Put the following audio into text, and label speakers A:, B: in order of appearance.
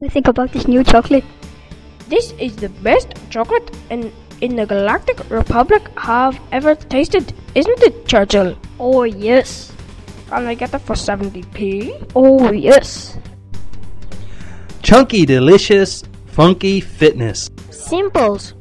A: you think about this new chocolate?
B: This is the best chocolate in, in the Galactic Republic I've ever tasted, isn't it, Churchill?
A: Oh, yes.
B: Can I get it for 70p?
A: Oh, yes.
C: Chunky, delicious, funky fitness.
D: Simples.